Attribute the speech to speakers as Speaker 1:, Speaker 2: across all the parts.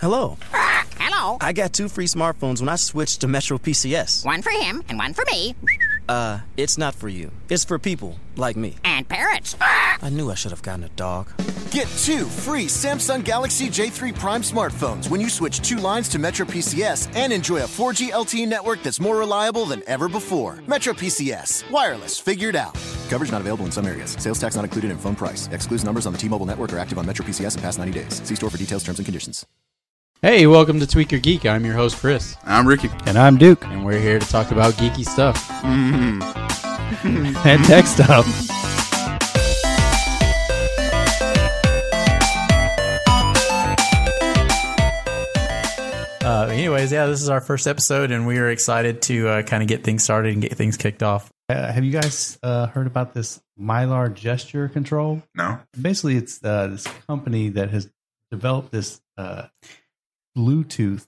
Speaker 1: Hello.
Speaker 2: Hello.
Speaker 1: I got two free smartphones when I switched to Metro PCS.
Speaker 2: One for him and one for me.
Speaker 1: Uh, it's not for you. It's for people like me.
Speaker 2: And parrots.
Speaker 1: I knew I should have gotten a dog.
Speaker 3: Get two free Samsung Galaxy J3 Prime smartphones when you switch two lines to Metro PCS and enjoy a 4G LTE E network that's more reliable than ever before. Metro PCS. Wireless figured out. Coverage not available in some areas. Sales tax not included in phone price. Excludes numbers on the T-Mobile network are active on Metro PCS in past 90 days. See store for details, terms and conditions.
Speaker 4: Hey, welcome to Tweak Your Geek. I'm your host, Chris,
Speaker 5: I'm Ricky.
Speaker 6: And I'm Duke.
Speaker 4: and we're here to talk about geeky stuff.
Speaker 6: And tech stuff.
Speaker 7: Uh, anyways, yeah, this is our first episode, and we are excited to uh, kind of get things started and get things kicked off.
Speaker 6: Uh, have you guys uh, heard about this Mylar gesture control?
Speaker 5: No.
Speaker 6: Basically, it's uh, this company that has developed this uh, Bluetooth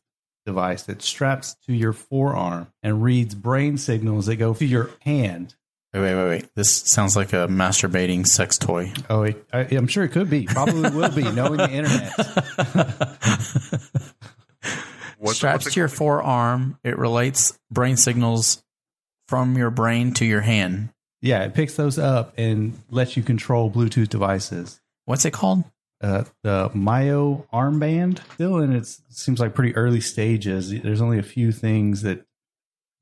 Speaker 6: device that straps to your forearm and reads brain signals that go through your hand.
Speaker 7: Wait, wait, wait, wait. This sounds like a masturbating sex toy.
Speaker 6: Oh, it, I, I'm sure it could be. Probably will be, knowing the internet.
Speaker 5: What's-
Speaker 7: Straps
Speaker 5: what's it
Speaker 7: to your
Speaker 5: called?
Speaker 7: forearm. It relates brain signals from your brain to your hand.
Speaker 6: Yeah, it picks those up and lets you control Bluetooth devices.
Speaker 7: What's it called?
Speaker 6: uh, the Mayo armband still in its seems like pretty early stages. There's only a few things that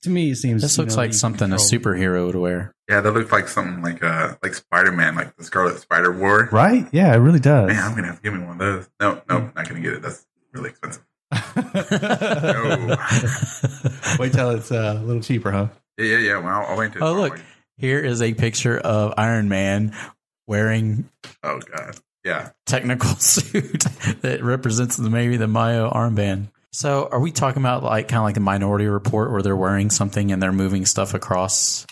Speaker 6: to me it seems
Speaker 7: This
Speaker 6: you
Speaker 7: looks
Speaker 6: know,
Speaker 7: like
Speaker 6: you
Speaker 7: something a
Speaker 6: control.
Speaker 7: superhero would wear.
Speaker 5: Yeah, that looked like something like uh like Spider Man, like the Scarlet Spider wore.
Speaker 6: right. Yeah, it really does.
Speaker 5: Man, I'm gonna have to give me one of those. No, no,
Speaker 7: Hmm.
Speaker 5: not gonna get it. That's really expensive. No.
Speaker 6: Wait till it's uh, a little cheaper, huh?
Speaker 5: yeah, yeah, yeah. Well, I'll, I'll wait. till
Speaker 7: Oh,
Speaker 5: tomorrow
Speaker 7: look.
Speaker 5: morning.
Speaker 7: Here is a picture of Iron Man wearing
Speaker 5: Oh god. Yeah.
Speaker 7: technical suit that represents the, maybe the Mayo armband. So, are we talking about like kind of like the Minority Report, where they're wearing something and they're moving stuff across?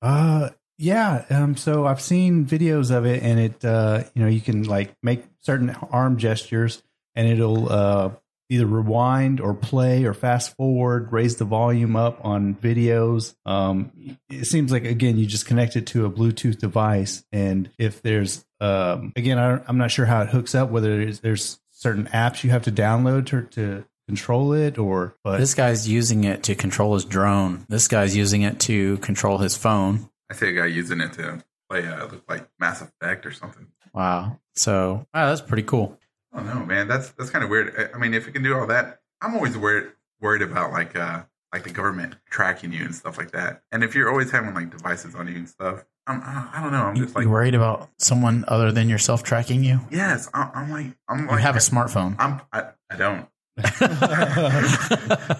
Speaker 6: Uh, yeah. Um, so I've seen videos of it, and it uh, you know you can like make certain arm gestures, and it'll uh, either rewind or play or fast forward, raise the volume up on videos. Um, it seems like again you just connect it to a Bluetooth device, and if there's um, again I don't, I'm not sure how it hooks up, whether there's, there's certain apps you have to download to, to control it or but
Speaker 7: This guy's using it to control his drone. This guy's using it to control his phone.
Speaker 5: I see a guy using it to play uh look like Mass Effect or something.
Speaker 7: Wow. So, wow, that's pretty cool.
Speaker 5: I don't know, man. That's that's kind of weird. I- I mean, if it can do all that, I'm always worried worried about like uh like the government tracking you and stuff like that. And if you're always having like devices on you and stuff, I'm I don't know. I'm
Speaker 7: You,
Speaker 5: just like
Speaker 7: you worried about someone other than yourself tracking you?
Speaker 5: yes. I'm, I'm like I'm
Speaker 7: You
Speaker 5: like
Speaker 7: have a smartphone.
Speaker 5: I'm I, I don't.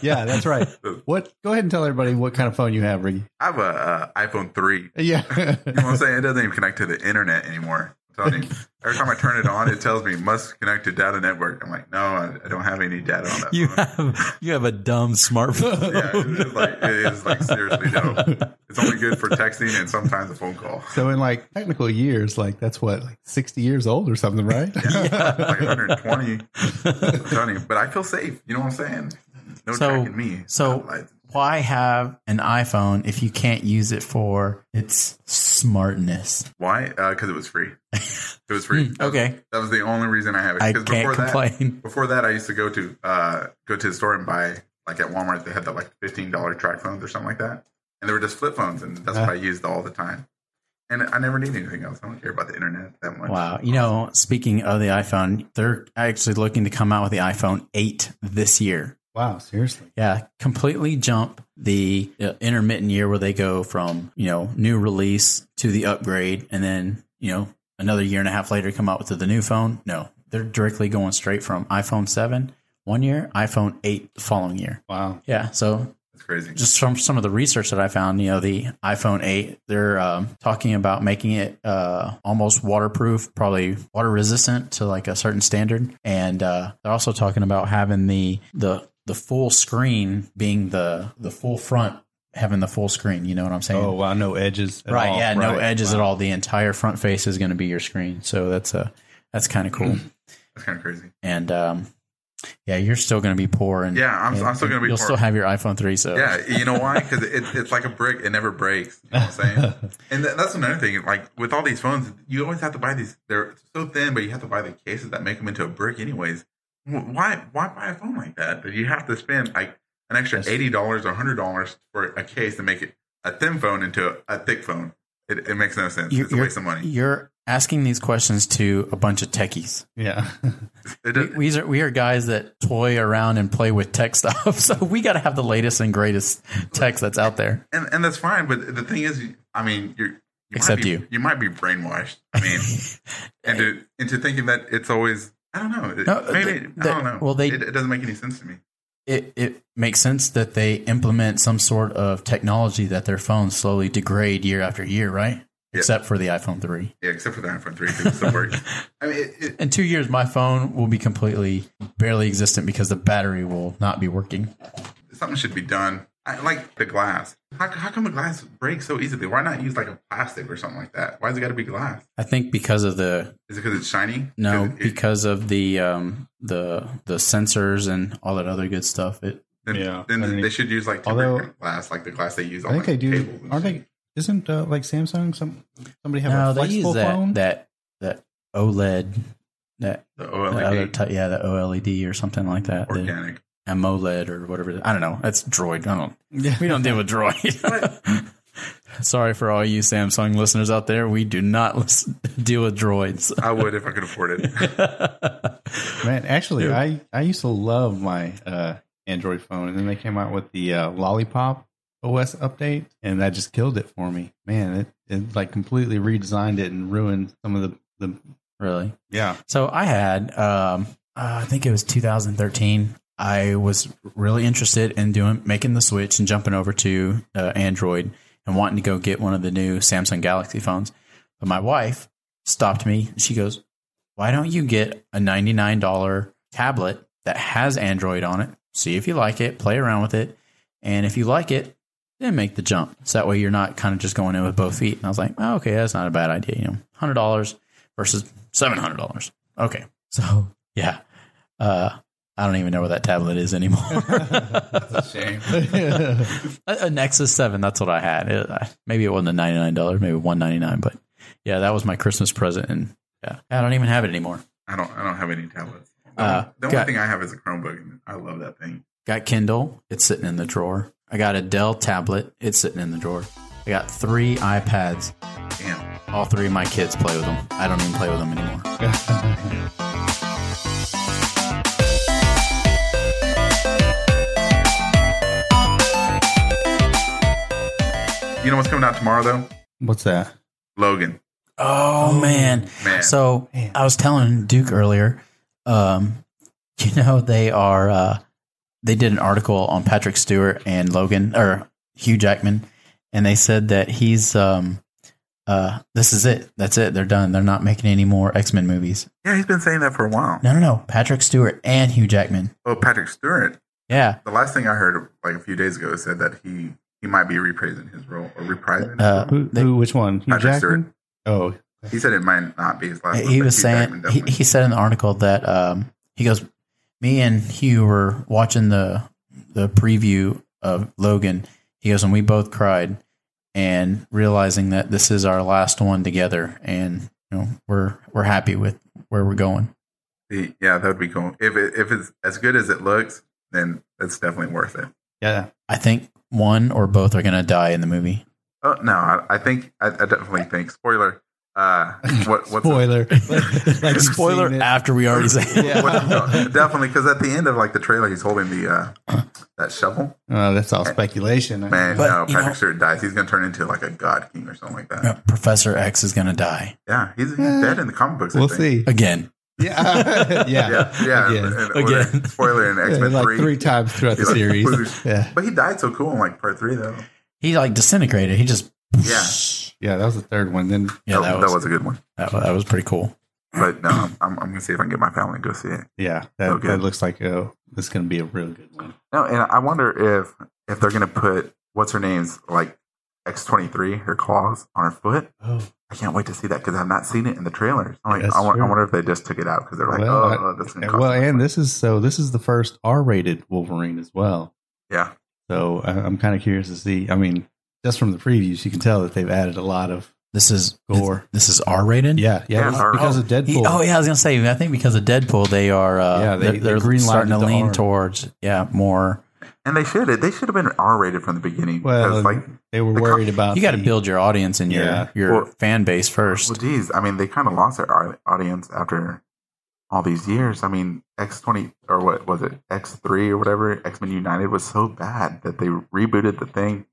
Speaker 6: yeah that's right what go ahead and tell everybody what kind of phone you have Ricky
Speaker 5: I have a uh, iPhone three.
Speaker 6: yeah
Speaker 5: You know what I'm saying? It doesn't even connect to the internet anymore. I'm telling you. Every time I turn it on, it tells me must connect to data network. I'm like, no, I, I don't have any data on that.
Speaker 7: You
Speaker 5: phone.
Speaker 7: have you have a dumb smartphone.
Speaker 5: yeah, it's just like it is like seriously no. It's only good for texting and sometimes a phone call.
Speaker 6: So in like technical years, like that's what like sixty years old or something, right?
Speaker 5: Like 120. I'm telling you, but I feel safe. You know what I'm saying? No
Speaker 7: So-
Speaker 5: tracking me.
Speaker 7: so-
Speaker 5: I'm like,
Speaker 7: why have an iPhone if you can't use it for its smartness?
Speaker 5: why? Because it was free. It was free.
Speaker 7: Hmm, Okay,
Speaker 5: That was the only reason I have it.
Speaker 7: I
Speaker 5: 'Cause
Speaker 7: can't
Speaker 5: that-
Speaker 7: complain.
Speaker 5: Before that, I used to go to uh, go to the store and buy like at Walmart. They had that like fifteen dollar track phones or something like that, and they were just flip phones, and that's what I used all the time. And I never need anything else. I don't care about the internet that much.
Speaker 7: Wow, you know, speaking of the iPhone, they're actually looking to come out with the iPhone 8 this year.
Speaker 6: Wow, seriously.
Speaker 7: Yeah, completely jump the uh, intermittent year where they go from, you know, new release to the upgrade and then, you know, another year and a half later come out with the new phone. No, they're directly going straight from iPhone 7 one year, iPhone 8 the following year.
Speaker 6: Wow.
Speaker 7: Yeah, so
Speaker 5: That's crazy.
Speaker 7: just from some of the research that I found, you know, the iPhone 8, they're um, talking about making it uh, almost waterproof, probably water resistant to like a certain standard. And uh, they're also talking about having the the the full screen being the the full front having the full screen. You know what I'm saying?
Speaker 6: Oh wow, no edges. At
Speaker 7: right.
Speaker 6: all.
Speaker 7: yeah. No
Speaker 6: Right.
Speaker 7: edges
Speaker 6: Wow.
Speaker 7: at all. The entire front face is going to be your screen. So that's a that's kind of
Speaker 5: Hmm.
Speaker 7: cool.
Speaker 5: That's kind of crazy.
Speaker 7: and um, yeah, you're still going to be poor. And
Speaker 5: Yeah, I'm-
Speaker 7: and-
Speaker 5: I'm still gonna be
Speaker 7: You'll
Speaker 5: poor.
Speaker 7: still have your iPhone three. So
Speaker 5: Yeah, you know why? Because it, it's like a brick; it never breaks. You know what I'm saying? and tha- that's another thing. Like with all these phones, you always have to buy these. They're so thin, but you have to buy the cases that make them into a brick, anyways. Wh- Why why buy a phone like that? That you have to spend like an extra
Speaker 7: Yes.
Speaker 5: eighty dollars or hundred dollars for a case to make it a thin phone into a, a thick phone. It, it makes no sense.
Speaker 7: You're-
Speaker 5: it's a
Speaker 7: you're-
Speaker 5: waste of money.
Speaker 7: You're asking these questions to a bunch of techies.
Speaker 6: Yeah.
Speaker 5: It
Speaker 7: We,
Speaker 5: does-
Speaker 7: we are we are guys that toy around and play with tech stuff, so we got to have the latest and greatest tech that's out there.
Speaker 5: and and that's fine. But the thing is, I mean, you're you might
Speaker 7: Except
Speaker 5: be-
Speaker 7: you.
Speaker 5: You might be brainwashed. I mean, into into thinking that it's always. I don't know. It-
Speaker 7: No,
Speaker 5: Maybe
Speaker 7: the-
Speaker 5: I don't
Speaker 7: the-
Speaker 5: know.
Speaker 7: well, they-
Speaker 5: it, it doesn't make any sense to me.
Speaker 7: It it makes sense that they implement some sort of technology that their phones slowly degrade year after year, right?
Speaker 5: Yeah.
Speaker 7: Except for the iPhone three.
Speaker 5: Yeah, except for the iPhone three, because it still works. I mean, it, it,
Speaker 7: In two years, my phone will be completely barely existent because the battery will not be working.
Speaker 5: something should be done. I, like the glass. How, how come the glass breaks so easily? Why not use like a plastic or something like that? Why has it got to be glass?
Speaker 7: I think because of the
Speaker 5: Is it because it's shiny?
Speaker 7: No,
Speaker 5: Is it-
Speaker 7: because of the um the the sensors and all that other good stuff. It
Speaker 5: then,
Speaker 6: Yeah,
Speaker 5: then
Speaker 6: underneath.
Speaker 5: they should use like
Speaker 6: Although-
Speaker 5: tempered glass, like the glass they use
Speaker 6: I
Speaker 5: on like,
Speaker 6: think they do.
Speaker 5: tables. and
Speaker 6: Aren't
Speaker 5: shit.
Speaker 6: they? Isn't uh, like Samsung some somebody have
Speaker 7: no,
Speaker 6: a
Speaker 7: they
Speaker 6: flexible
Speaker 7: use that
Speaker 6: phone?
Speaker 7: that that OLED that
Speaker 5: The
Speaker 7: that other
Speaker 5: OLED
Speaker 7: type, yeah, the OLED or something like that. The
Speaker 5: E organic.
Speaker 7: AMOLED E or whatever. it is. I don't know. That's Droid. I don't.
Speaker 6: Yeah.
Speaker 7: We don't deal with Droid. Sorry for all you Samsung listeners out there. We do not listen, deal with droids.
Speaker 5: I would if I could afford it.
Speaker 6: Man, actually,
Speaker 7: Yeah.
Speaker 6: I I used to love my uh, Android phone, and then they came out with the uh, Lollipop OS update, and that just killed it for me. Man, it, it like completely redesigned it and ruined some of the the
Speaker 7: really.
Speaker 6: yeah.
Speaker 7: So I had, um, uh, I think it was 2013. I was really interested in doing making the switch and jumping over to uh, Android and wanting to go get one of the new Samsung Galaxy phones. But my wife stopped me. and She goes, "Why don't you get a $99 tablet that has Android on it? See if you like it, play around with it, and if you like it, then make the jump. So that way you're not kind of just going in with both feet." And I was like, oh, "Okay, that's not a bad idea. You know, hundred dollars versus seven hundred dollars. Okay, so yeah, uh, I don't even know where that tablet is anymore.
Speaker 5: That's a shame.
Speaker 7: a, a Nexus Seven. That's what I had. It- I- maybe it wasn't a ninety nine dollars, maybe one ninety nine. But yeah, that was my Christmas present, and yeah, I don't even have it anymore.
Speaker 5: I don't. I don't have any tablets. The,
Speaker 7: Uh,
Speaker 5: only- the
Speaker 7: got-
Speaker 5: only thing I have is a Chromebook, and I love that thing.
Speaker 7: Got Kindle. It's sitting in the drawer. I got a Dell tablet. It's sitting in the drawer. I got three iPads.
Speaker 5: Damn.
Speaker 7: All three of my kids play with them. I don't even play with them anymore.
Speaker 5: You know what's coming out tomorrow though?
Speaker 6: What's that?
Speaker 5: Logan.
Speaker 7: Oh, man.
Speaker 5: man.
Speaker 7: So
Speaker 6: Man.
Speaker 7: I was telling Duke earlier, um, you know, they are uh, they did an article on Patrick Stewart and Logan or Hugh Jackman, and they said that he's um, uh, this is it. That's it. They're done. They're not making any more X Men movies.
Speaker 5: Yeah, he's been saying that for a while.
Speaker 7: No, no, no. Patrick Stewart and Hugh Jackman.
Speaker 5: Oh, Patrick Stewart.
Speaker 7: Yeah.
Speaker 5: The last thing I heard, like a few days ago, said that he he might be reprising his role or reprising. his
Speaker 7: Uh,
Speaker 5: role.
Speaker 6: Who, who which one? Hugh
Speaker 5: Patrick Stewart.
Speaker 6: Jackman? Oh,
Speaker 5: He said it might not be his last. one,
Speaker 7: he
Speaker 5: but
Speaker 7: was
Speaker 5: Hugh
Speaker 7: saying
Speaker 5: Jackman
Speaker 7: he,
Speaker 5: definitely-
Speaker 7: he said in the article that um, he goes me and hugh were watching the the preview of logan he goes and we both cried and realizing that this is our last one together and you know we're we're happy with where we're going
Speaker 5: The- yeah, that would be cool. If it, if it's as good as it looks, then it's definitely worth it.
Speaker 6: yeah.
Speaker 7: i think one or both are going to die in the movie
Speaker 5: Oh no, I, I think I, I definitely think spoiler. Uh, what what's
Speaker 6: Spoiler. Like you've
Speaker 7: spoiler
Speaker 6: seen it.
Speaker 7: after we already said
Speaker 6: Yeah.
Speaker 5: what's- no, definitely because at the end of like the trailer, he's holding the uh, that shovel.
Speaker 6: Oh, that's all speculation.
Speaker 5: Man,
Speaker 7: But,
Speaker 5: no,
Speaker 7: you know-
Speaker 5: Patrick Stewart dies. He's gonna turn into like a god king or something like that.
Speaker 7: Uh, professor x is going to die
Speaker 5: Yeah, he's, he's
Speaker 6: Eh,
Speaker 5: dead in the comic books. I
Speaker 6: We'll
Speaker 5: think.
Speaker 6: see.
Speaker 7: again
Speaker 6: Yeah. yeah.
Speaker 5: Yeah, yeah.
Speaker 6: Again.
Speaker 5: and- and- or
Speaker 7: Again.
Speaker 5: Spoiler in X Men
Speaker 6: like
Speaker 5: Three.
Speaker 6: three. times throughout the
Speaker 5: Like,
Speaker 6: series.
Speaker 5: who's-
Speaker 6: Yeah.
Speaker 5: But he died so cool in like part three though.
Speaker 7: he like disintegrated he just
Speaker 5: Yeah,
Speaker 6: Yeah, that was the third one. Then
Speaker 7: yeah that, was,
Speaker 5: a good one.
Speaker 7: that was that was pretty cool
Speaker 5: But no, I'm, I'm gonna see if I can get my family to go see it.
Speaker 6: yeah, that,
Speaker 5: Okay.
Speaker 6: that looks like oh, it's going to be a real good one.
Speaker 5: No, and I wonder if if they're gonna put what's her name's like X twenty three her claws on her foot.
Speaker 6: Oh,
Speaker 5: I can't wait to see that because I've not seen it in the trailers. I'm like,
Speaker 6: That's
Speaker 5: I, wa- I
Speaker 6: true.
Speaker 5: wonder if they just took it out because they're like,
Speaker 6: Well, I-
Speaker 5: oh, that's gonna cost
Speaker 6: well,
Speaker 5: money.
Speaker 6: and this is so. This is the first R-rated Wolverine as well.
Speaker 5: yeah,
Speaker 6: So I, I'm kind of curious to see. I mean, just from the previews, you can tell that they've added a lot of
Speaker 7: This is
Speaker 6: Gore.
Speaker 7: This is R rated.
Speaker 6: Yeah, yeah,
Speaker 5: Yeah,
Speaker 6: it was
Speaker 5: or-
Speaker 6: because of Deadpool.
Speaker 7: He- oh yeah, I was gonna say. I think because of Deadpool, they are. Uh,
Speaker 6: Yeah,
Speaker 7: yeah,
Speaker 6: they-
Speaker 7: they,
Speaker 6: they
Speaker 7: are
Speaker 6: green-lighted
Speaker 7: starting to
Speaker 6: the
Speaker 7: lean
Speaker 6: R.
Speaker 7: towards yeah more.
Speaker 5: And they should. They should have been R rated from the beginning.
Speaker 6: Well,
Speaker 5: because, like,
Speaker 6: they were
Speaker 5: the co-
Speaker 6: worried about
Speaker 7: You got to
Speaker 6: the-
Speaker 7: build your audience and your
Speaker 6: Yeah.
Speaker 7: your
Speaker 5: Or-
Speaker 7: fan base
Speaker 5: well,
Speaker 7: first.
Speaker 5: geez, I mean, they kind of lost their au- audience after all these years. I mean, X twenty or what was it? X three or whatever. X Men United was so bad that they rebooted the thing,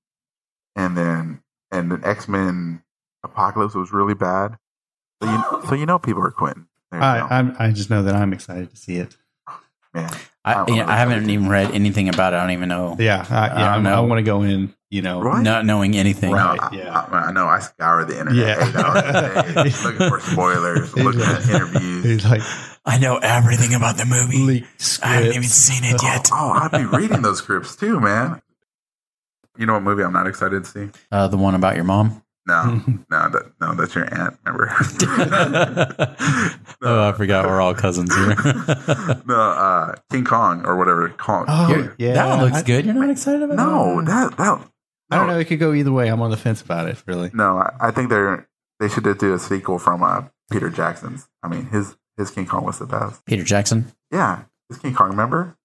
Speaker 5: and then and then X Men Apocalypse was really bad. So you, so you know people are quitting. There you
Speaker 6: I,
Speaker 5: go.
Speaker 6: I'm- I just know that I'm excited to see it.
Speaker 5: Man.
Speaker 7: I,
Speaker 5: I don't
Speaker 7: you know,
Speaker 5: know.
Speaker 7: I haven't even read anything about it. I don't even know.
Speaker 6: Yeah, I,
Speaker 7: I
Speaker 6: yeah,
Speaker 7: don't
Speaker 6: I'm- I,
Speaker 7: know.
Speaker 6: want to go in. You know,
Speaker 5: Right?
Speaker 7: Not knowing anything.
Speaker 5: No,
Speaker 6: Right,
Speaker 5: I,
Speaker 6: yeah.
Speaker 5: I, I know. I scour the internet
Speaker 6: Yeah.
Speaker 5: eight hours a day, looking for spoilers, looking at interviews.
Speaker 6: He's like
Speaker 7: I know everything about the movie.
Speaker 6: leaked
Speaker 7: I haven't even
Speaker 6: scripts.
Speaker 7: seen it yet.
Speaker 5: Oh, I'd be reading those scripts too, man. You know what movie I'm not excited to see?
Speaker 7: Uh, the one about your mom.
Speaker 5: No, no, that, no, that's your aunt. Remember?
Speaker 7: oh, I forgot we're all cousins here. that
Speaker 5: no, uh, King Kong or whatever. Kong.
Speaker 6: Oh, yeah.
Speaker 7: one looks
Speaker 6: I-
Speaker 7: good. You're not excited about
Speaker 5: No,
Speaker 7: it?
Speaker 5: that that.
Speaker 6: I don't know. It could go either way. I'm on the fence about it. Really.
Speaker 5: No, I, I think they're they should do a sequel from uh, Peter Jackson's. I mean, his his King Kong was the best.
Speaker 7: Peter Jackson.
Speaker 5: Yeah, his King Kong. Remember?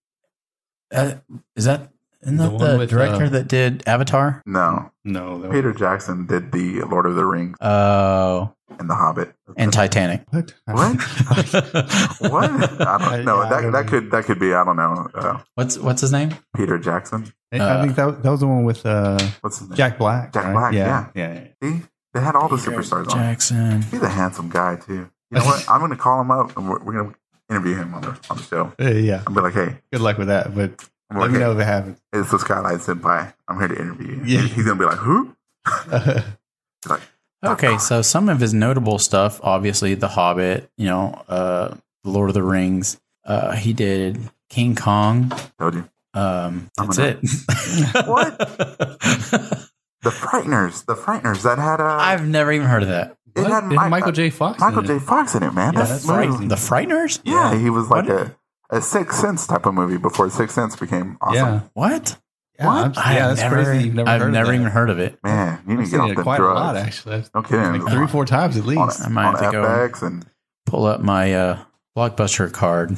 Speaker 7: Uh, is that isn't
Speaker 6: The
Speaker 7: that
Speaker 6: one
Speaker 7: the,
Speaker 6: with,
Speaker 7: director
Speaker 6: uh,
Speaker 7: that did Avatar?
Speaker 5: No,
Speaker 6: No. That
Speaker 5: Peter Jackson did the Lord of the Rings
Speaker 7: Oh,
Speaker 5: and the Hobbit.
Speaker 7: and Titanic.
Speaker 6: What?
Speaker 5: What? What? I don't know.
Speaker 6: Yeah, I
Speaker 5: that
Speaker 6: don't
Speaker 5: that
Speaker 6: know.
Speaker 5: could that could be I don't know. Uh,
Speaker 7: What's what's his name?
Speaker 5: Peter Jackson.
Speaker 6: I think that, that was the one with uh,
Speaker 5: What's his name?
Speaker 6: Jack Black.
Speaker 5: Jack
Speaker 6: right?
Speaker 5: Black,
Speaker 6: yeah. yeah.
Speaker 5: See? They had all the superstars on.
Speaker 7: Jackson.
Speaker 5: He's a handsome guy too. You know what? I'm gonna call him up and we're, we're gonna interview him on the on the show.
Speaker 6: Uh, yeah.
Speaker 5: I'm be like, hey,
Speaker 6: Good luck with that. But
Speaker 5: I'm
Speaker 6: let
Speaker 5: like,
Speaker 6: me know
Speaker 5: hey
Speaker 6: if it happens.
Speaker 5: it's the Skylight Senpai. I'm here to interview you.
Speaker 6: Yeah.
Speaker 5: He's gonna be like, who? He's like,
Speaker 7: Okay, so some of his notable stuff, obviously, The Hobbit. You know, uh, Lord of the Rings. Uh, he did King Kong.
Speaker 5: told you.
Speaker 7: Um,
Speaker 5: I'm
Speaker 7: that's
Speaker 5: gonna-
Speaker 7: it.
Speaker 5: What? The Frighteners, the Frighteners that had uh,
Speaker 7: I've never even heard of that.
Speaker 5: it
Speaker 6: What?
Speaker 5: had
Speaker 6: It had Michael J. Fox.
Speaker 5: Michael
Speaker 6: in
Speaker 5: J.
Speaker 6: it.
Speaker 5: Fox in it, man.
Speaker 7: Yeah,
Speaker 5: That
Speaker 7: that's
Speaker 5: movie-
Speaker 7: right. The Frighteners.
Speaker 5: Yeah, he was like
Speaker 7: What?
Speaker 5: a, a Sixth Sense type of movie before Sixth Sense became awesome.
Speaker 6: Yeah.
Speaker 7: What?
Speaker 6: Yeah,
Speaker 5: What?
Speaker 6: I'm- yeah, that's crazy. You've never
Speaker 7: I've
Speaker 6: heard of
Speaker 7: never
Speaker 6: that.
Speaker 7: even heard of it.
Speaker 5: Man, you need to
Speaker 6: I've
Speaker 5: get
Speaker 6: seen
Speaker 5: off
Speaker 6: it
Speaker 5: the
Speaker 6: quite
Speaker 5: drugs.
Speaker 6: a lot, actually. I've-
Speaker 5: No kidding.
Speaker 6: Like three, four times at
Speaker 5: on,
Speaker 6: least.
Speaker 7: I might
Speaker 5: on
Speaker 7: have to go.
Speaker 5: FX and
Speaker 7: Pull up my uh, blockbuster card.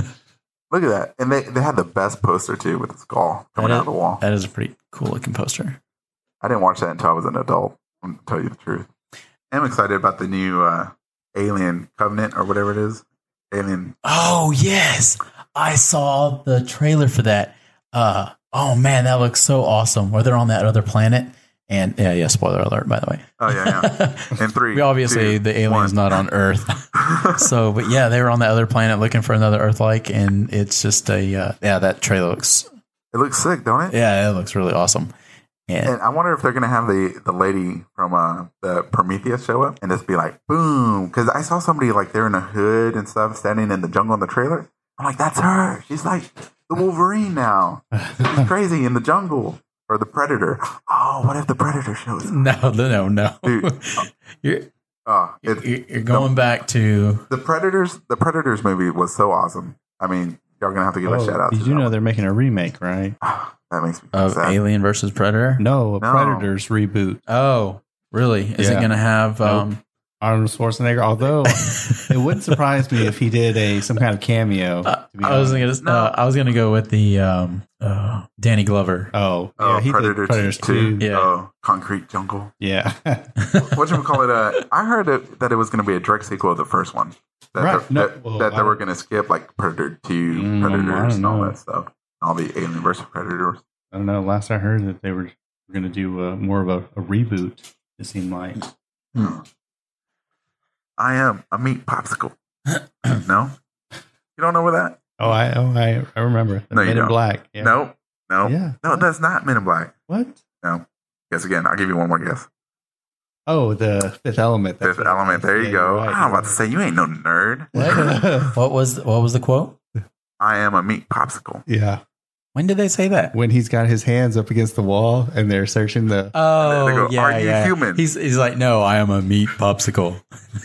Speaker 6: Yeah.
Speaker 5: look at that. And they, they had the best poster too with the skull coming
Speaker 7: That
Speaker 5: out
Speaker 7: is-
Speaker 5: of the wall.
Speaker 7: that is a pretty cool looking poster.
Speaker 5: I didn't watch that until I was an adult. I'm gonna tell you the truth. I'm excited about the new uh, Alien Covenant or whatever it is. Alien.
Speaker 7: Oh yes, I saw the trailer for that. Uh, oh man, that looks so awesome. Where they're on that other planet, and yeah, yeah. Spoiler alert, by the way.
Speaker 5: Oh yeah, yeah. And three.
Speaker 7: we obviously
Speaker 5: two,
Speaker 7: the alien's
Speaker 5: one.
Speaker 7: not on Earth, so but yeah, they were on the other planet looking for another Earth-like, and it's just a uh, yeah. That trailer looks
Speaker 5: it looks sick, don't it?
Speaker 7: yeah, it looks really awesome. Yeah,
Speaker 5: And I wonder if they're gonna have the the lady from uh, the Prometheus show up and just be like, boom, because I saw somebody like they're in a hood and stuff, standing in the jungle in the trailer. I'm like, that's her. She's like the Wolverine now. She's crazy in the jungle or the Predator. Oh, what if the Predator shows? up?
Speaker 7: no, no, no, no.
Speaker 5: Dude.
Speaker 7: you're
Speaker 5: Oh,
Speaker 7: you're,
Speaker 5: it,
Speaker 7: you're going back to
Speaker 5: the Predators. The Predators movie was so awesome. I mean, y'all gonna have to give a
Speaker 6: Oh,
Speaker 5: shout out.
Speaker 6: Did
Speaker 5: to
Speaker 6: you
Speaker 5: that
Speaker 6: know
Speaker 5: one.
Speaker 6: they're making a remake, right?
Speaker 5: that makes me
Speaker 7: of
Speaker 5: sad.
Speaker 7: Alien versus Predator.
Speaker 6: No, a
Speaker 5: No.
Speaker 6: Predators reboot.
Speaker 7: Oh, really? Is it
Speaker 6: Yeah.
Speaker 7: going to have? Um,
Speaker 6: Arnold Schwarzenegger. Although it wouldn't surprise me if he did a some kind of cameo.
Speaker 7: uh,
Speaker 6: to be
Speaker 7: I was
Speaker 6: honest.
Speaker 7: going to. Uh, I was going to go with the um, uh, Danny Glover.
Speaker 6: Oh,
Speaker 5: Oh,
Speaker 6: yeah, he
Speaker 5: Predator
Speaker 6: did Predators
Speaker 5: Two.
Speaker 6: too.
Speaker 7: Yeah.
Speaker 5: Oh, Concrete Jungle.
Speaker 6: Yeah,
Speaker 5: What you call it? Uh, I heard it, that it was gonna be a direct sequel of the first one. That
Speaker 6: Right,
Speaker 5: That,
Speaker 6: no,
Speaker 5: that,
Speaker 6: well,
Speaker 5: that they
Speaker 6: I-
Speaker 5: were gonna skip like Predator Two,
Speaker 6: Mm, I
Speaker 5: Predators,
Speaker 6: don't
Speaker 5: and all
Speaker 6: know.
Speaker 5: that stuff. All the Alien versus Predators.
Speaker 6: I don't know. Last I heard that they were going to do uh more of a, a reboot. It seemed like.
Speaker 5: Hmm. I am a meat popsicle. no, you don't know where that?
Speaker 6: Oh, I oh I, I remember.
Speaker 5: No, you
Speaker 6: Men in
Speaker 5: don't.
Speaker 6: Black. Yeah.
Speaker 5: No, no,
Speaker 6: Yeah.
Speaker 5: no. That's not Men in Black.
Speaker 6: What?
Speaker 5: Guess again. I'll give you one more guess.
Speaker 6: Oh, the Fifth Element. That's
Speaker 5: Fifth
Speaker 6: what it
Speaker 5: Element.
Speaker 6: was.
Speaker 5: There you
Speaker 6: Yeah,
Speaker 5: go. Ah,
Speaker 6: you're right,
Speaker 5: I'm
Speaker 6: you're
Speaker 5: about to say you ain't no nerd.
Speaker 6: right.
Speaker 7: what was what was the quote?
Speaker 5: I am a meat popsicle.
Speaker 6: yeah.
Speaker 7: When did they say that?
Speaker 6: When he's got his hands up against the wall and they're searching the.
Speaker 7: Oh,
Speaker 5: They go,
Speaker 7: yeah,
Speaker 5: "Are you
Speaker 7: yeah.
Speaker 5: human?"
Speaker 7: He's he's like, no, I am a meat popsicle.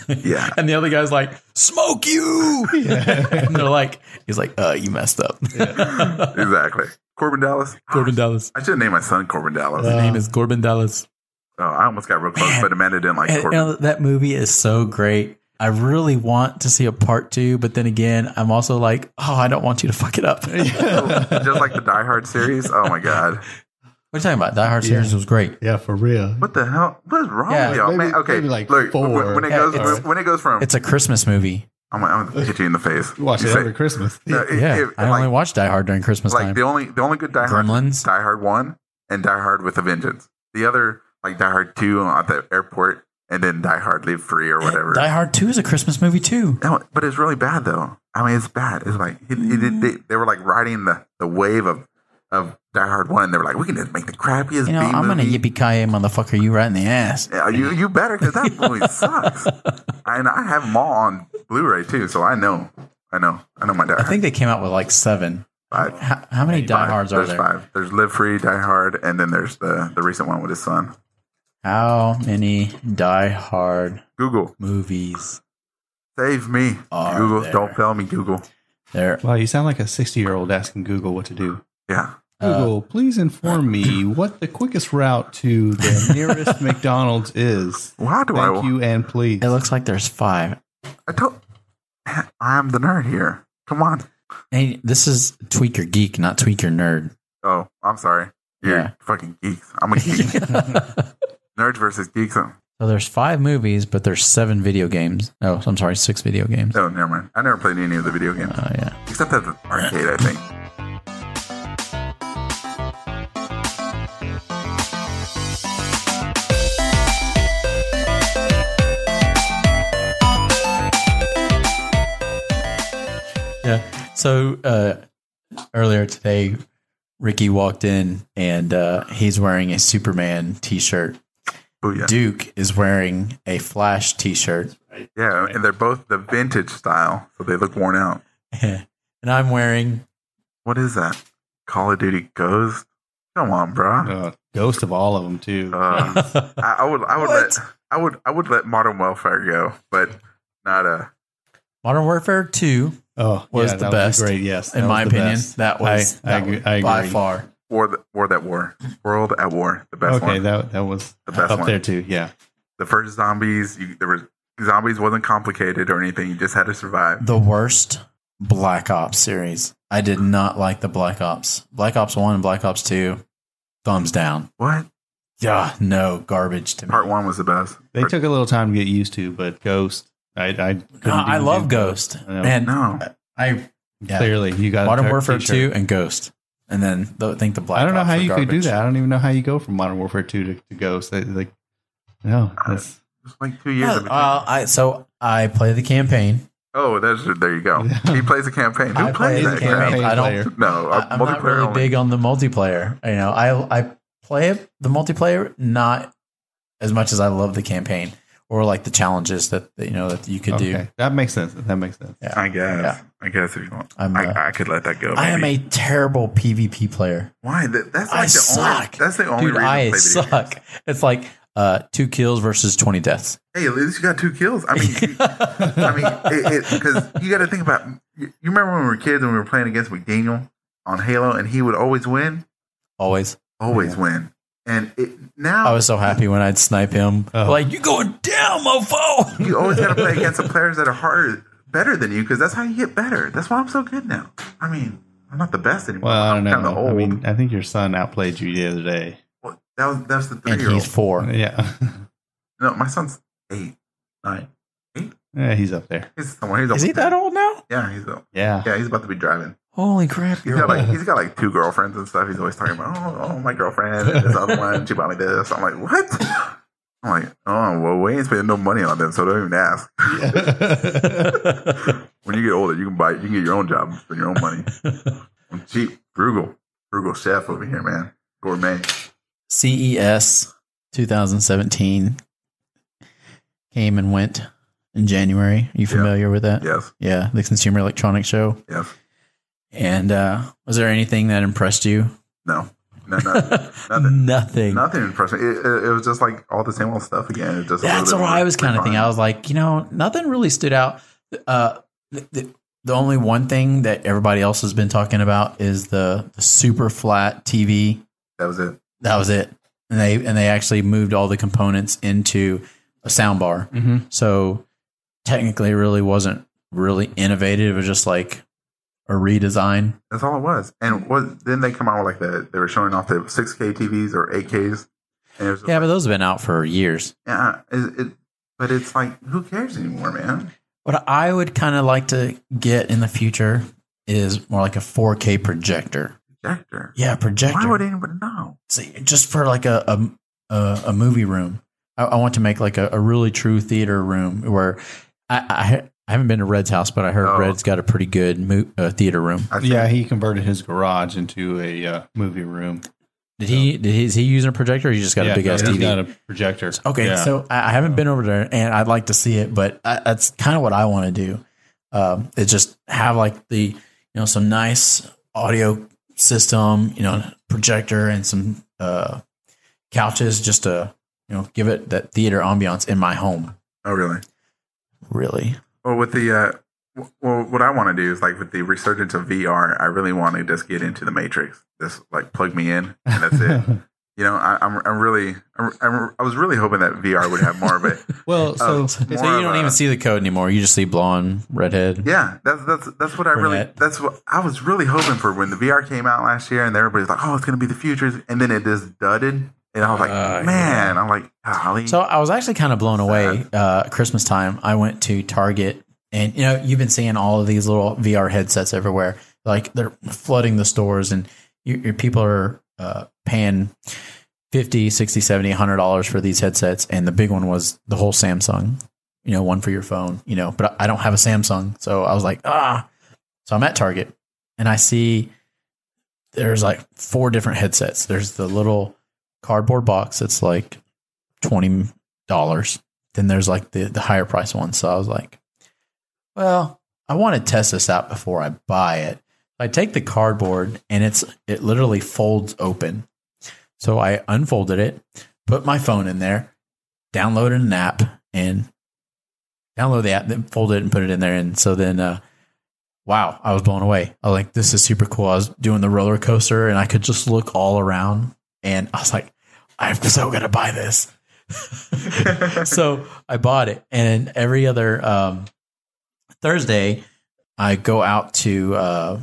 Speaker 5: Yeah.
Speaker 7: and the other guy's like, smoke you.
Speaker 6: Yeah.
Speaker 7: and they're like, he's like, uh, you messed up.
Speaker 5: exactly. Corbin Dallas. Ah,
Speaker 7: Corbin Dallas.
Speaker 5: I should name my son Corbin Dallas.
Speaker 7: His name is Corbin Dallas.
Speaker 5: Oh, I almost got real close,
Speaker 7: Man.
Speaker 5: but Amanda didn't like
Speaker 7: And, you
Speaker 5: Corbin.
Speaker 7: know, that movie is so great. I really want to see a part two, but then again, I'm also like, oh, I don't want you to fuck it up. what are
Speaker 5: Just like the Die Hard series. Oh my god.
Speaker 7: you talking about? Die Hard series was great.
Speaker 8: Yeah, for real.
Speaker 5: What the hell? What is wrong
Speaker 7: Yeah,
Speaker 5: with y'all?
Speaker 8: maybe-
Speaker 5: Man, okay,
Speaker 8: maybe like
Speaker 5: look,
Speaker 8: four.
Speaker 5: when- when it
Speaker 7: Yeah,
Speaker 5: goes
Speaker 7: it's-
Speaker 5: when it goes from
Speaker 7: It's a Christmas movie.
Speaker 5: I'm, I'm gonna hit you in the face.
Speaker 8: Watch
Speaker 5: You
Speaker 8: it
Speaker 5: say-
Speaker 8: every Christmas.
Speaker 5: No, it-
Speaker 7: Yeah,
Speaker 5: it-
Speaker 7: I
Speaker 5: like,
Speaker 7: only watched Die Hard during Christmas
Speaker 5: like
Speaker 7: time.
Speaker 5: the only the only good Die Hard
Speaker 7: Gremlins.
Speaker 5: Die Hard One and Die Hard with a Vengeance. The other like Die Hard Two at the airport, and then Die Hard Live Free or whatever.
Speaker 7: Die Hard Two is a Christmas movie too.
Speaker 5: No, but it's really bad though. I mean, it's bad. It's like it, it, it-
Speaker 7: Mm-hmm.
Speaker 5: they, they were like riding the, the wave of of Die Hard One. They were like, we can just make the crappiest.
Speaker 7: You know,
Speaker 5: B
Speaker 7: I'm gonna
Speaker 5: movie.
Speaker 7: yippee ki motherfucker you right in the ass.
Speaker 5: Yeah, you you better because that movie sucks. And I have them all on Blu-ray too, so I know, I know, I know my Die
Speaker 7: I
Speaker 5: Hard.
Speaker 7: think they came out with like seven.
Speaker 5: five.
Speaker 7: How, how many Die
Speaker 5: Five.
Speaker 7: Hards are
Speaker 5: there's
Speaker 7: there?
Speaker 5: five. There's Live Free, Die Hard, and then there's the the recent one with his son.
Speaker 7: How many Die Hard
Speaker 5: Google,
Speaker 7: movies
Speaker 5: save me.
Speaker 7: Are
Speaker 5: Google,
Speaker 7: there?
Speaker 5: don't tell me Google.
Speaker 7: there?
Speaker 6: Wow, you sound like a 60 year old asking Google what to do.
Speaker 5: Yeah,
Speaker 7: Uh,
Speaker 6: Google, please inform me what the quickest route to the nearest McDonald's is.
Speaker 5: well, how do
Speaker 6: Thank
Speaker 5: I?
Speaker 6: you and please.
Speaker 7: It looks like there's five.
Speaker 5: I told. I'm the nerd here. Come on.
Speaker 7: Hey, this is Tweak Your Geek, not Tweak Your Nerd.
Speaker 5: Oh, I'm sorry. You're
Speaker 7: Yeah.
Speaker 5: fucking geeks. I'm a geek. Nerds versus geeks. Oh,
Speaker 7: so there's five movies, but there's seven video games. Oh, I'm sorry, six video games.
Speaker 5: no, never mind. I never played any of the video games
Speaker 7: Oh yeah.
Speaker 5: except at the arcade. I think.
Speaker 7: Yeah. So uh, earlier today, Ricky walked in and uh, he's wearing a Superman T-shirt.
Speaker 5: Oh yeah.
Speaker 7: Duke is wearing a Flash T-shirt,
Speaker 5: Yeah, and they're both the vintage style, so they look worn out.
Speaker 7: and I'm wearing
Speaker 5: What is that? Call of Duty Ghost? Come on, bro.
Speaker 6: Uh, ghost of all of them, too.
Speaker 5: Uh, I, I would, I would
Speaker 7: What?
Speaker 5: let, I would, I would let Modern Welfare go, but not uh, a.
Speaker 7: Modern Warfare Two.
Speaker 6: oh,
Speaker 7: was the
Speaker 6: that
Speaker 7: best,
Speaker 6: great, yes.
Speaker 7: In
Speaker 6: that
Speaker 7: my
Speaker 6: was the
Speaker 7: opinion,
Speaker 6: best.
Speaker 7: that was,
Speaker 6: I, I
Speaker 7: that
Speaker 6: agree.
Speaker 7: was
Speaker 6: I agree.
Speaker 7: by far.
Speaker 5: War, th- war that war, world at war, the best
Speaker 6: okay,
Speaker 5: one,
Speaker 6: that that was
Speaker 5: the best
Speaker 6: up
Speaker 5: one.
Speaker 6: there too. Yeah,
Speaker 5: The first zombies, you, there was zombies wasn't complicated or anything. You just had to survive.
Speaker 7: the worst Black Ops series. I did not like the Black Ops. Black Ops 1 and Black Ops 2, thumbs down.
Speaker 5: What?
Speaker 7: Yeah, no, garbage to me.
Speaker 5: Part one was the best.
Speaker 6: they
Speaker 5: Part-
Speaker 6: took a little time to get used to, but Ghost, I I, couldn't
Speaker 7: No, I
Speaker 6: even
Speaker 7: love
Speaker 6: do-
Speaker 7: Ghost.
Speaker 6: I know.
Speaker 7: and
Speaker 5: no.
Speaker 7: I yeah.
Speaker 6: Clearly, you got a
Speaker 7: Modern
Speaker 6: tur-
Speaker 7: Warfare 2
Speaker 6: t-shirt.
Speaker 7: and Ghost. And then the, I think the Black
Speaker 6: I don't know
Speaker 7: Ops
Speaker 6: how
Speaker 7: were
Speaker 6: you could do
Speaker 7: garbage.
Speaker 6: that. I don't even know how you go from Modern Warfare Two to, to Ghost. They, like, no, that's,
Speaker 5: It's like two years. in
Speaker 7: Yeah,
Speaker 5: between.
Speaker 7: uh, I, so I play the campaign.
Speaker 5: oh, there's there you go. He plays a campaign. Who
Speaker 7: I play
Speaker 5: plays
Speaker 7: the
Speaker 5: that?
Speaker 7: campaign.
Speaker 5: crap?
Speaker 7: I don't-
Speaker 6: player.
Speaker 5: No,
Speaker 7: I, am not really
Speaker 5: Uh, only.
Speaker 7: big on the multiplayer. You know, I I play it, the multiplayer not as much as I love the campaign or like the challenges that you know that you could do.
Speaker 6: Okay, that makes sense. That makes sense.
Speaker 5: I guess.
Speaker 7: Yeah.
Speaker 5: I guess if you want,
Speaker 7: I'm, uh,
Speaker 5: I, I could let that go.
Speaker 7: I am
Speaker 5: maybe.
Speaker 7: a terrible PvP player.
Speaker 5: why? That, that's like
Speaker 7: I
Speaker 5: the
Speaker 7: suck.
Speaker 5: only. That's the only
Speaker 7: Dude,
Speaker 5: reason
Speaker 7: I
Speaker 5: play video
Speaker 7: suck.
Speaker 5: games.
Speaker 7: It's like uh, two kills versus twenty deaths.
Speaker 5: Hey, at least you got two kills. I mean, you- I mean, because you got to think about. You, you remember when we were kids and we were playing against McDaniel on Halo, and he would always win,
Speaker 7: Always.
Speaker 5: always win. And it now
Speaker 7: I was so happy when I'd snipe him.
Speaker 6: Oh.
Speaker 7: Like you going down, mofo.
Speaker 5: you always got to play against the players that are harder, better than you, because that's how you get better. That's why I'm so good now. I mean, I'm not the best anymore.
Speaker 6: Well, I don't
Speaker 5: I'm
Speaker 6: know.
Speaker 5: Kind of old.
Speaker 6: I mean, I think your son outplayed you the other day.
Speaker 5: Well, that was that's the three
Speaker 7: And
Speaker 5: year
Speaker 7: he's
Speaker 5: old.
Speaker 7: four.
Speaker 6: Yeah,
Speaker 5: No, my son's eight, nine.
Speaker 6: yeah, he's up there.
Speaker 5: He's somewhere. He's
Speaker 7: Is he that old now?
Speaker 5: Yeah, he's old.
Speaker 6: Yeah,
Speaker 5: Yeah, he's about to be driving.
Speaker 7: Holy crap!
Speaker 5: He's
Speaker 7: You're
Speaker 5: got
Speaker 7: old.
Speaker 5: like he's got like two girlfriends and stuff. He's always talking about oh, oh my girlfriend and this other one. She bought me this. I'm like what? I'm like oh well we ain't spending no money on them, so don't even ask. when you get older, you can buy you can get your own job and spend your own money. I'm cheap, frugal, frugal chef over here, man. Gourmet.
Speaker 7: E CES 2017 came and went in January. Are you familiar with that?
Speaker 5: Yes,
Speaker 7: Yeah, the Consumer Electronics Show.
Speaker 5: yes.
Speaker 7: And uh, was there anything that impressed you?
Speaker 5: No, no, no. Nothing.
Speaker 7: Nothing.
Speaker 5: Nothing impressive. It, it, it was just like all the same old stuff again. It just a
Speaker 7: That's
Speaker 5: little
Speaker 7: what
Speaker 5: bit
Speaker 7: I
Speaker 5: more
Speaker 7: was kind of thinking. I
Speaker 5: refined.
Speaker 7: was like, you know, nothing really stood out. Uh, the, the, the only one thing that everybody else has been talking about is the, the super flat TV.
Speaker 5: That was it.
Speaker 7: That was it. and they and they actually moved all the components into a soundbar.
Speaker 6: Mm-hmm.
Speaker 7: So technically, it really wasn't really innovative. It was just like a redesign.
Speaker 5: That's all it was.
Speaker 6: Hmm.
Speaker 5: And what then they come out with like the they were showing off the 6K TVs or 8Ks. And it was just
Speaker 7: Yeah,
Speaker 5: like,
Speaker 7: but those have been out for years.
Speaker 5: yeah, it, it, but it's like who cares anymore, man?
Speaker 7: What I would kind of like to get in the future is more like a 4K projector.
Speaker 5: Projector.
Speaker 7: Yeah, projector.
Speaker 5: Why would anybody know?
Speaker 7: See, just for like a a, a, a movie room. I, I want to make like a, a really true theater room where I, I I haven't been to Red's house, but I heard
Speaker 5: Oh.
Speaker 7: Red's got a pretty good mo- uh, theater room.
Speaker 5: I think-
Speaker 6: Yeah, he converted his garage into a uh, movie room.
Speaker 7: Did he? Did he? Is he using a projector? or He just got
Speaker 6: Yeah,
Speaker 7: a big ass
Speaker 6: he's
Speaker 7: TV.
Speaker 6: got a projector.
Speaker 7: Okay,
Speaker 6: Yeah.
Speaker 7: so I I haven't been over there, and I'd like to see it, but I, that's kind of what I want to do. Um, is just have like the you know some nice audio system, you know, projector and some uh, couches, just to you know give it that theater ambiance in my home.
Speaker 5: Oh, really?
Speaker 7: Really,
Speaker 5: Well, with the uh, w- well, what I want to do is like with the resurgence of VR, I really want to just get into the Matrix. Just like plug me in, and that's it. you know, I, I'm I'm really I'm, I'm, I was really hoping that VR would have more, but
Speaker 6: Well, so
Speaker 5: Oh,
Speaker 7: so you
Speaker 5: more of
Speaker 7: don't
Speaker 5: a-
Speaker 7: even see the code anymore. You just see blonde, redhead.
Speaker 5: Yeah, that's that's that's what I really
Speaker 7: Brunette.
Speaker 5: that's what I was really hoping for when the VR came out last year, and everybody's like, "Oh, it's gonna be the future," and then it just dudded, and I was like,
Speaker 7: Uh,
Speaker 5: "Man," I'm like, "Golly."
Speaker 7: So I was actually kind of blown away. Uh, Christmas time, I went to Target, and you know, you've been seeing all of these little VR headsets everywhere. Like they're flooding the stores, and your, your people are uh, paying 50 60 70 100 dollars for these headsets and the big one was the whole samsung you know one for your phone you know but i don't have a samsung so i was like ah so i'm at target and i see there's like four different headsets there's the little cardboard box that's like 20 dollars then there's like the the higher price one so i was like well i want to test this out before i buy it i take the cardboard and it's it literally folds open so I unfolded it, put my phone in there, downloaded an app, and download the app, then fold it and put it in there. And so then, uh, wow, I was blown away. I was like, this is super cool. I was doing the roller coaster and I could just look all around. And I was like, I'm so going to buy this. so I bought it. And every other um, Thursday, I go out to uh,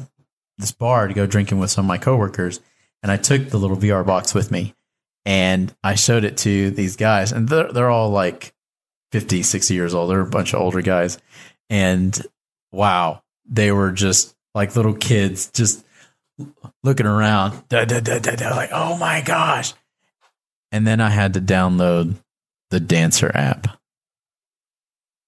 Speaker 7: this bar to go drinking with some of my coworkers and I took the little VR box with me and I showed it to these guys and they're, they're all like 50, 60 years old. They're a bunch of older guys. And wow, they were just like little kids, just looking around, da, da, da, da, da, like, oh my gosh. And then I had to download the Dancer app.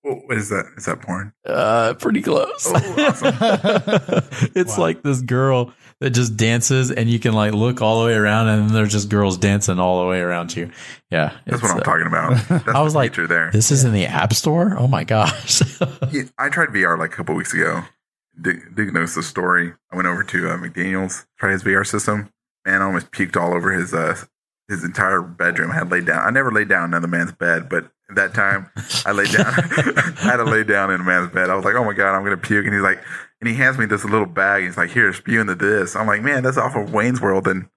Speaker 5: what is that? Is that porn?
Speaker 7: Uh, pretty close.
Speaker 5: Oh,
Speaker 7: it's like this girl that just dances, and you can like look all the way around, and there's just girls dancing all the way around you. Yeah,
Speaker 5: That's
Speaker 7: it's,
Speaker 5: what I'm
Speaker 7: uh,
Speaker 5: talking about. That's
Speaker 7: I was
Speaker 5: the
Speaker 7: like,
Speaker 5: future there.
Speaker 7: This is in the App Store. Oh my gosh!
Speaker 5: Yeah, I tried VR like a couple weeks ago. Duke, Duke knows the story. I went over to uh, McDaniel's, tried his VR system. Man, I almost puked all over his uh, his entire bedroom. I had laid down. I never laid down in another man's bed, but that time I laid down. I had to lay down in a man's bed. I was like, oh my god, I'm gonna puke. And he's like, and he hands me this little bag. He's like, here, spew into this. I'm like, man, that's off of Wayne's World. And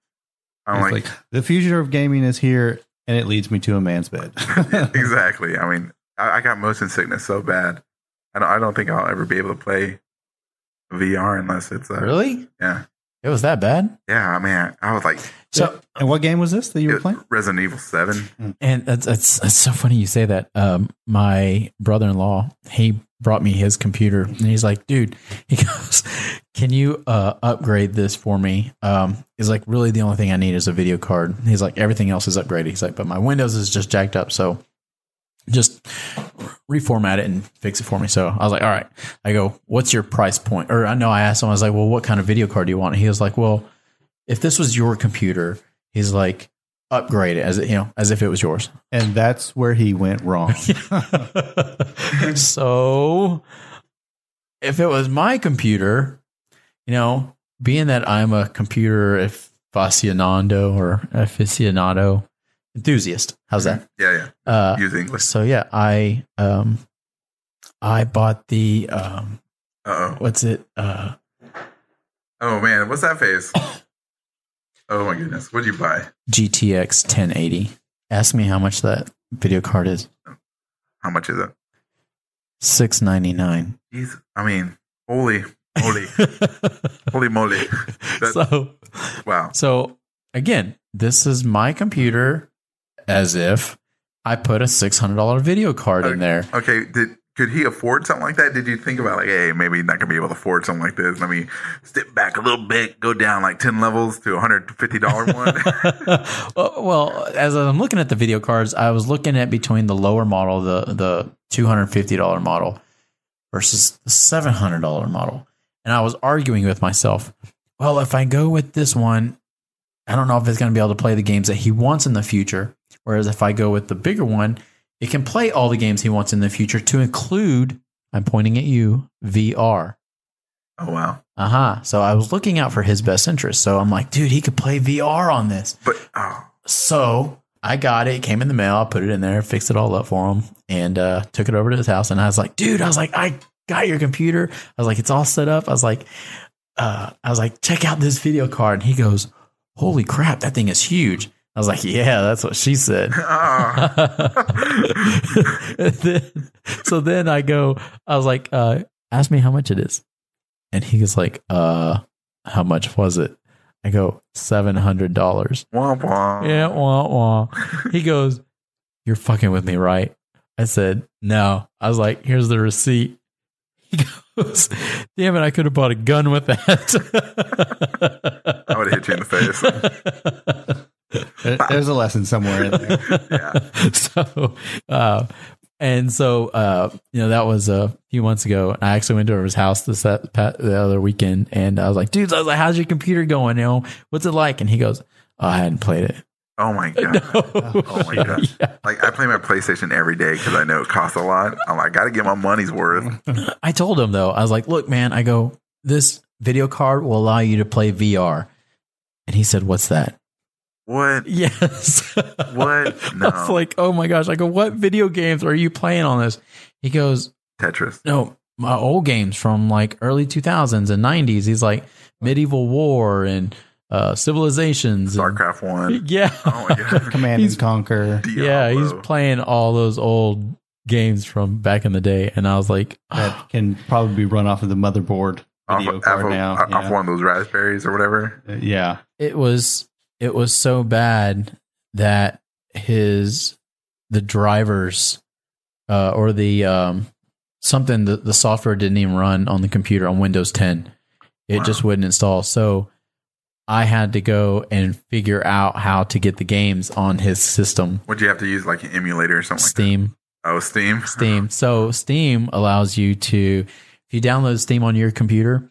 Speaker 5: I'm
Speaker 6: It's
Speaker 5: like,
Speaker 6: like, the future of gaming is here, and it leads me to a man's bed.
Speaker 5: exactly. I mean, I, I got motion sickness so bad. I don't. I don't think I'll ever be able to play VR unless it's uh,
Speaker 7: really?
Speaker 5: Yeah.
Speaker 7: It was that bad?
Speaker 5: Yeah, man. I was like
Speaker 7: So,
Speaker 6: and what game was this that you were
Speaker 5: it-
Speaker 6: playing?
Speaker 5: Resident Evil Seven.
Speaker 7: and that's, that's that's so funny you say that. Um, my brother-in-law he brought me his computer, and he's like, "Dude," he goes, "Can you uh, upgrade this for me?" Um, he's like, "Really, the only thing I need is a video card." And he's like, "Everything else is upgraded." He's like, "But my Windows is just jacked up, so." Just reformat it and fix it for me. So I was like, all right. I go, what's your price point? Or I know I asked him, I was like, well, what kind of video card do you want? And he was like, well, if this was your computer, he's like, upgrade it as it, you know, as if it was yours.
Speaker 6: And that's where he went wrong.
Speaker 7: so if it was my computer, you know, being that I'm a computer aficionado or aficionado enthusiast, how's that?
Speaker 5: Yeah, Mm-hmm. yeah.
Speaker 7: Uh,
Speaker 5: Use English.
Speaker 7: so yeah, I um, I bought the um,
Speaker 5: Uh oh.
Speaker 7: what's it? Uh,
Speaker 5: Oh man, what's that face? Oh my goodness. What'd you buy?
Speaker 7: GTX 1080. Ask me how much that video card is.
Speaker 5: How much is it?
Speaker 7: 699.
Speaker 5: Jeez, I mean, holy moly. holy moly. That-
Speaker 7: so,
Speaker 5: Wow.
Speaker 7: so again, this is my computer as if I put a $600 video card in there.
Speaker 5: Okay, did could he afford something like that? Did you think about like, hey, maybe not gonna be able to afford something like this? Let me step back a little bit, go down like ten levels to a hundred fifty dollar one.
Speaker 7: well, well, as I'm looking at the video cards, I was looking at between the lower model, the the $250 model versus the $700 model. And I was arguing with myself, well, if I go with this one, I don't know if it's going to be able to play the games that he wants in the future. Whereas if I go with the bigger one, it can play all the games he wants in the future to include, I'm pointing at you, VR.
Speaker 5: oh wow.
Speaker 7: Uh huh. So I was looking out for his best interest. So I'm like, dude, he could play VR on this.
Speaker 5: But oh
Speaker 7: So I got it. It came in the mail. I put it in there, fixed it all up for him, and uh, took it over to his house. And I was like, dude, I was like, I got your computer. I was like, it's all set up. I was like, uh, I was like, check out this video card. And he goes, holy crap, that thing is huge. I was like, yeah, that's what she said.
Speaker 5: oh,
Speaker 7: Then- so then I go, I was like, uh, ask me how much it is. And he was like, uh, how much was it? I go, $700.
Speaker 5: womp womp.
Speaker 7: Yeah, wah, wah. He goes, You're fucking with me, right? I said, No. I was like, Here's the receipt. He goes, Damn it, I could have bought a gun with that.
Speaker 5: I would have hit you in the face.
Speaker 6: There- There's a lesson somewhere in there.
Speaker 7: so, uh, and so, uh, you know, that was a few months ago. And I actually went to his house this that, pa- the other weekend, and I was like, "Dude, I was like, how's your computer going? You know, what's it like?" And he goes, oh, "I hadn't played it."
Speaker 5: Oh my god. Oh my god.
Speaker 7: Yeah.
Speaker 5: Like I play my PlayStation every day because I know it costs a lot. I'm like, I gotta get my money's worth.
Speaker 7: I told him though, I was like, look, man, I go, this video card will allow you to play VR. And he said, What's that?
Speaker 5: What?
Speaker 7: Yes.
Speaker 5: What? No.
Speaker 7: I was like, oh my gosh. I go, what video games are you playing on this? He goes,
Speaker 5: Tetris.
Speaker 7: No, my old games from like early two thousands and nineties. He's like medieval war and uh civilizations. and-
Speaker 5: StarCraft One.
Speaker 7: yeah.
Speaker 5: Oh my god.
Speaker 6: Command
Speaker 7: He's-
Speaker 6: and conquer.
Speaker 7: yeah, he's
Speaker 5: Diablo.
Speaker 7: playing all those old games from back in the day. And I was like,
Speaker 6: that can probably be run off of the motherboard video
Speaker 5: off,
Speaker 6: card
Speaker 5: off,
Speaker 6: now.
Speaker 5: off
Speaker 6: yeah.
Speaker 5: uh, one of those raspberries or whatever.
Speaker 6: Uh, yeah.
Speaker 7: it was it was so bad that his the drivers uh, or the um, something the, the software didn't even run on the computer on Windows 10. It
Speaker 5: Wow.
Speaker 7: just wouldn't install. So I had to go and figure out how to get the games on his system,
Speaker 5: Would you have to use like an emulator or something?
Speaker 7: Steam.
Speaker 5: Like that? Oh, Steam.
Speaker 7: Steam. So Steam allows you to, if you download Steam on your computer,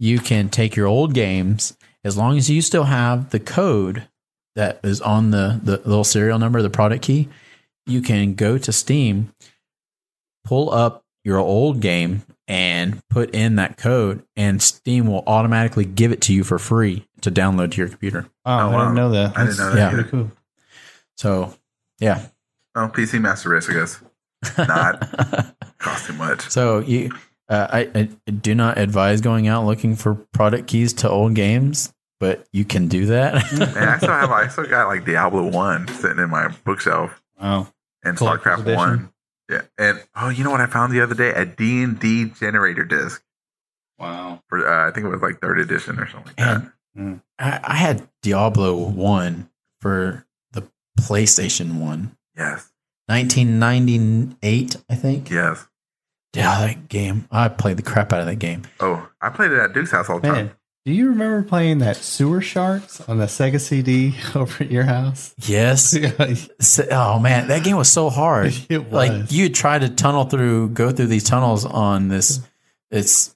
Speaker 7: you can take your old games as long as you still have the code that is on the the little serial number, the product key. You can go to Steam, pull up your old game, and put in that code, and Steam will automatically give it to you for free to download to your computer.
Speaker 6: Oh, I
Speaker 5: wow.
Speaker 6: didn't know that.
Speaker 5: I didn't know
Speaker 6: That's
Speaker 5: that
Speaker 6: pretty
Speaker 5: either.
Speaker 6: cool.
Speaker 7: So, yeah,
Speaker 5: Oh, PC Master Race, I guess. Not. Cost too much.
Speaker 7: So you, uh, I, I do not advise going out looking for product keys to old games, but you can do that.
Speaker 5: Man, I still have. I still got like Diablo One sitting in my bookshelf
Speaker 6: Wow.
Speaker 5: and
Speaker 6: Collector's
Speaker 5: StarCraft
Speaker 6: edition.
Speaker 5: One. Yeah, and oh, you know what I found the other day? A D and D generator disc.
Speaker 6: Wow.
Speaker 5: For, uh, I think it was like third edition or something like that.
Speaker 7: and I, I had Diablo one for the PlayStation one.
Speaker 5: Yes,
Speaker 7: 1998, I think.
Speaker 5: yes.
Speaker 7: Yeah, that game. I played the crap out of that game.
Speaker 5: Oh, I played it at Duke's house all the time.
Speaker 6: Man, do you remember playing that Sewer Sharks on the Sega CD over at your house?
Speaker 7: Yes. So- oh man, that game was so hard.
Speaker 6: It
Speaker 7: Like
Speaker 6: was.
Speaker 7: you try to tunnel through, go through these tunnels on this, it's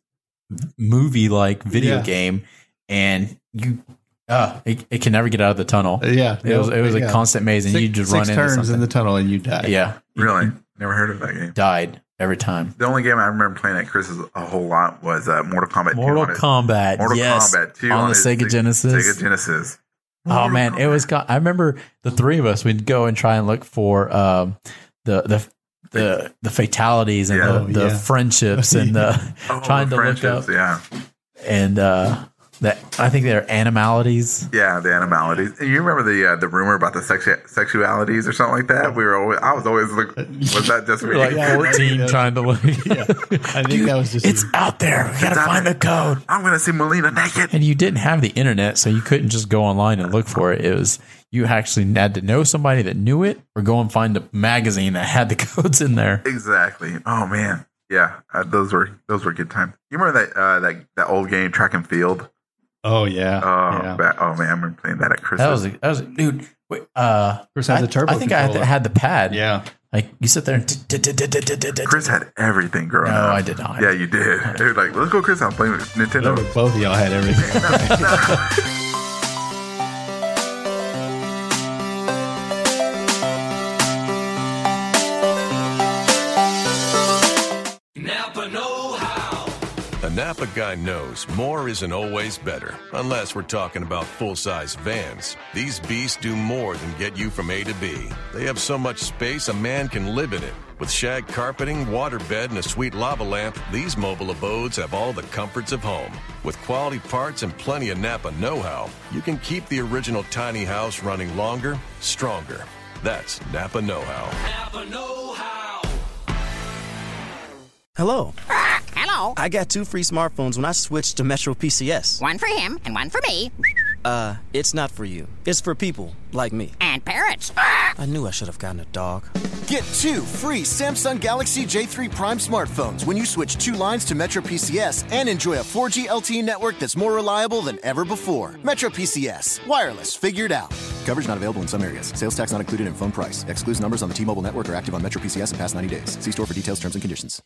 Speaker 7: movie like video
Speaker 6: Yeah.
Speaker 7: game, and you, uh, it, it can never get out of the tunnel.
Speaker 6: yeah.
Speaker 7: It was it was
Speaker 6: yeah.
Speaker 7: a constant maze, and
Speaker 6: Six-
Speaker 7: you just run
Speaker 6: six
Speaker 7: into
Speaker 6: turns
Speaker 7: something.
Speaker 6: in the tunnel and you die.
Speaker 7: yeah,
Speaker 5: Really,
Speaker 6: Mm-hmm.
Speaker 5: never heard of that game.
Speaker 7: died every time.
Speaker 5: The only game I remember playing at Chris's a whole lot was uh, Mortal Kombat. 2
Speaker 7: Mortal
Speaker 5: on his-
Speaker 7: Kombat,
Speaker 5: Mortal
Speaker 7: yes,
Speaker 5: Kombat 2
Speaker 7: on, the
Speaker 5: his
Speaker 7: Sega Genesis.
Speaker 5: Sega Genesis.
Speaker 7: Oh man, it was. Got, I remember the three of us. We'd go and try and look for um, the the the the fatalities and
Speaker 5: Yeah.
Speaker 7: the, the
Speaker 6: Yeah.
Speaker 7: friendships and the
Speaker 5: Oh,
Speaker 7: trying to look up
Speaker 5: friendships, Yeah,
Speaker 7: and uh, That I think they're animalities.
Speaker 5: Yeah, the animalities. And you remember the uh, the rumor about the sexu- sexualities or something like that? We were always, I was always like, was that just me?
Speaker 8: like
Speaker 6: Yeah, we're-
Speaker 8: 14 trying to like.
Speaker 6: I think that was just
Speaker 7: It's out there. We gotta
Speaker 5: out
Speaker 7: find
Speaker 5: there.
Speaker 7: the code.
Speaker 5: I'm gonna see Melina naked.
Speaker 8: And you didn't have the internet, so you couldn't just go online and look for it. It was you actually had to know somebody that knew it, or go and find a magazine that had the codes in there.
Speaker 5: Exactly. Oh man, yeah, uh, those were those were good times. You remember that uh, that that old game track and field?
Speaker 6: oh yeah,
Speaker 5: Oh, ba- oh man, I remember playing that at Christmas.
Speaker 7: That was a, that was a, dude. Wait, uh,
Speaker 6: Chris has
Speaker 7: I-
Speaker 6: a turbo
Speaker 7: I think I had the,
Speaker 6: controller.
Speaker 7: had the pad.
Speaker 6: yeah.
Speaker 7: like you sit there. and t- t- t- t- t- t- t-
Speaker 5: Chris had everything growing
Speaker 7: No,
Speaker 5: up.
Speaker 7: I did not.
Speaker 5: Yeah, you did. They were like, let's go, Chris. I'm playing with Nintendo.
Speaker 6: Remember both of y'all had everything.
Speaker 9: The Napa guy knows more isn't always better, unless we're talking about full size vans. These beasts do more than get you from A to B. They have so much space a man can live in it. With shag carpeting, waterbed, and a sweet lava lamp, these mobile abodes have all the comforts of home. With quality parts and plenty of Napa know how, you can keep the original tiny house running longer, stronger. That's Napa know how.
Speaker 1: Hello.
Speaker 2: Hello.
Speaker 1: I got two free smartphones when I switched to Metro PCS.
Speaker 2: One for him and one for me.
Speaker 1: Uh, it's not for you. It's for people like me.
Speaker 2: And parrots.
Speaker 1: I knew I should have gotten a dog.
Speaker 3: Get two free Samsung Galaxy J3 Prime smartphones when you switch two lines to Metro PCS and enjoy a 4G LTE E network that's more reliable than ever before. Metro PCS, wireless figured out. Coverage not available in some areas. Sales tax not included in phone price. Excludes numbers on the T-Mobile network or active on Metro PCS in past 90 days. See store for details, terms and conditions.